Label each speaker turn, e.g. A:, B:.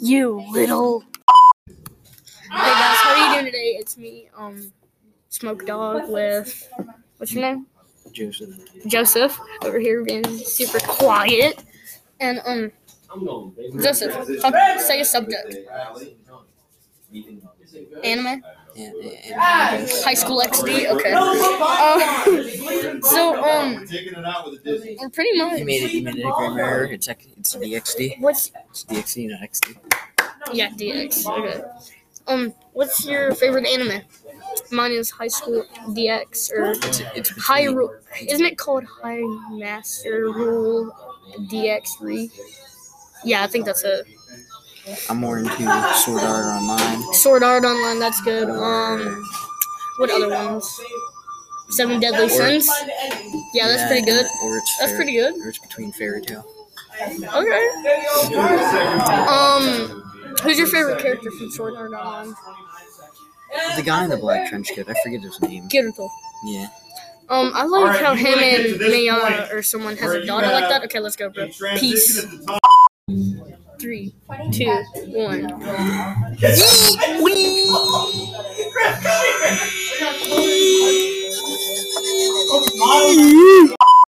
A: You little.
B: Hey guys, how are you doing today? It's me, um, Smoke Dog with what's your name?
C: Joseph.
B: Joseph over here being super quiet. And um,
D: I'm going. baby.
B: Joseph, talk, say a subject. Anime,
C: And, and,
B: high school XD. Okay. Um, so um,
E: Taking it out with a Disney.
B: we're pretty
C: he
B: much
C: made it. He made it a grammar error. It's like- it's DXD.
B: what's
C: It's DXD, not XD.
B: yeah DX. Okay. Um, what's your favorite anime? Mine is High School DX or
C: It's it's between,
B: High Rule. Isn't it called High Master Rule DX3? Yeah, I think that's it.
C: I'm more into Sword Art Online.
B: Sword Art Online, that's good.
C: or-
B: Um, what other ones? Seven Deadly Sins. Yeah, that's pretty good.
C: Or it's
B: That's
C: fair-
B: pretty good.
C: Or it's between Fairy Tale.
B: Okay. Um, who's your favorite character from Sword Art Online?
C: The guy in the black trench coat. I forget his name.
B: Kirito.
C: Yeah.
B: Um, I
E: All
B: like
E: right,
B: how
E: we
B: him
E: wanna get to
B: and
E: this
B: Mayara
E: point
B: or someone has
E: where
B: a
E: you
B: daughter like
E: have
B: that. Okay, let's go, bro.
E: In transition
B: Peace.
E: at the top.
B: Three, two, one.
E: Yes.
B: Wee!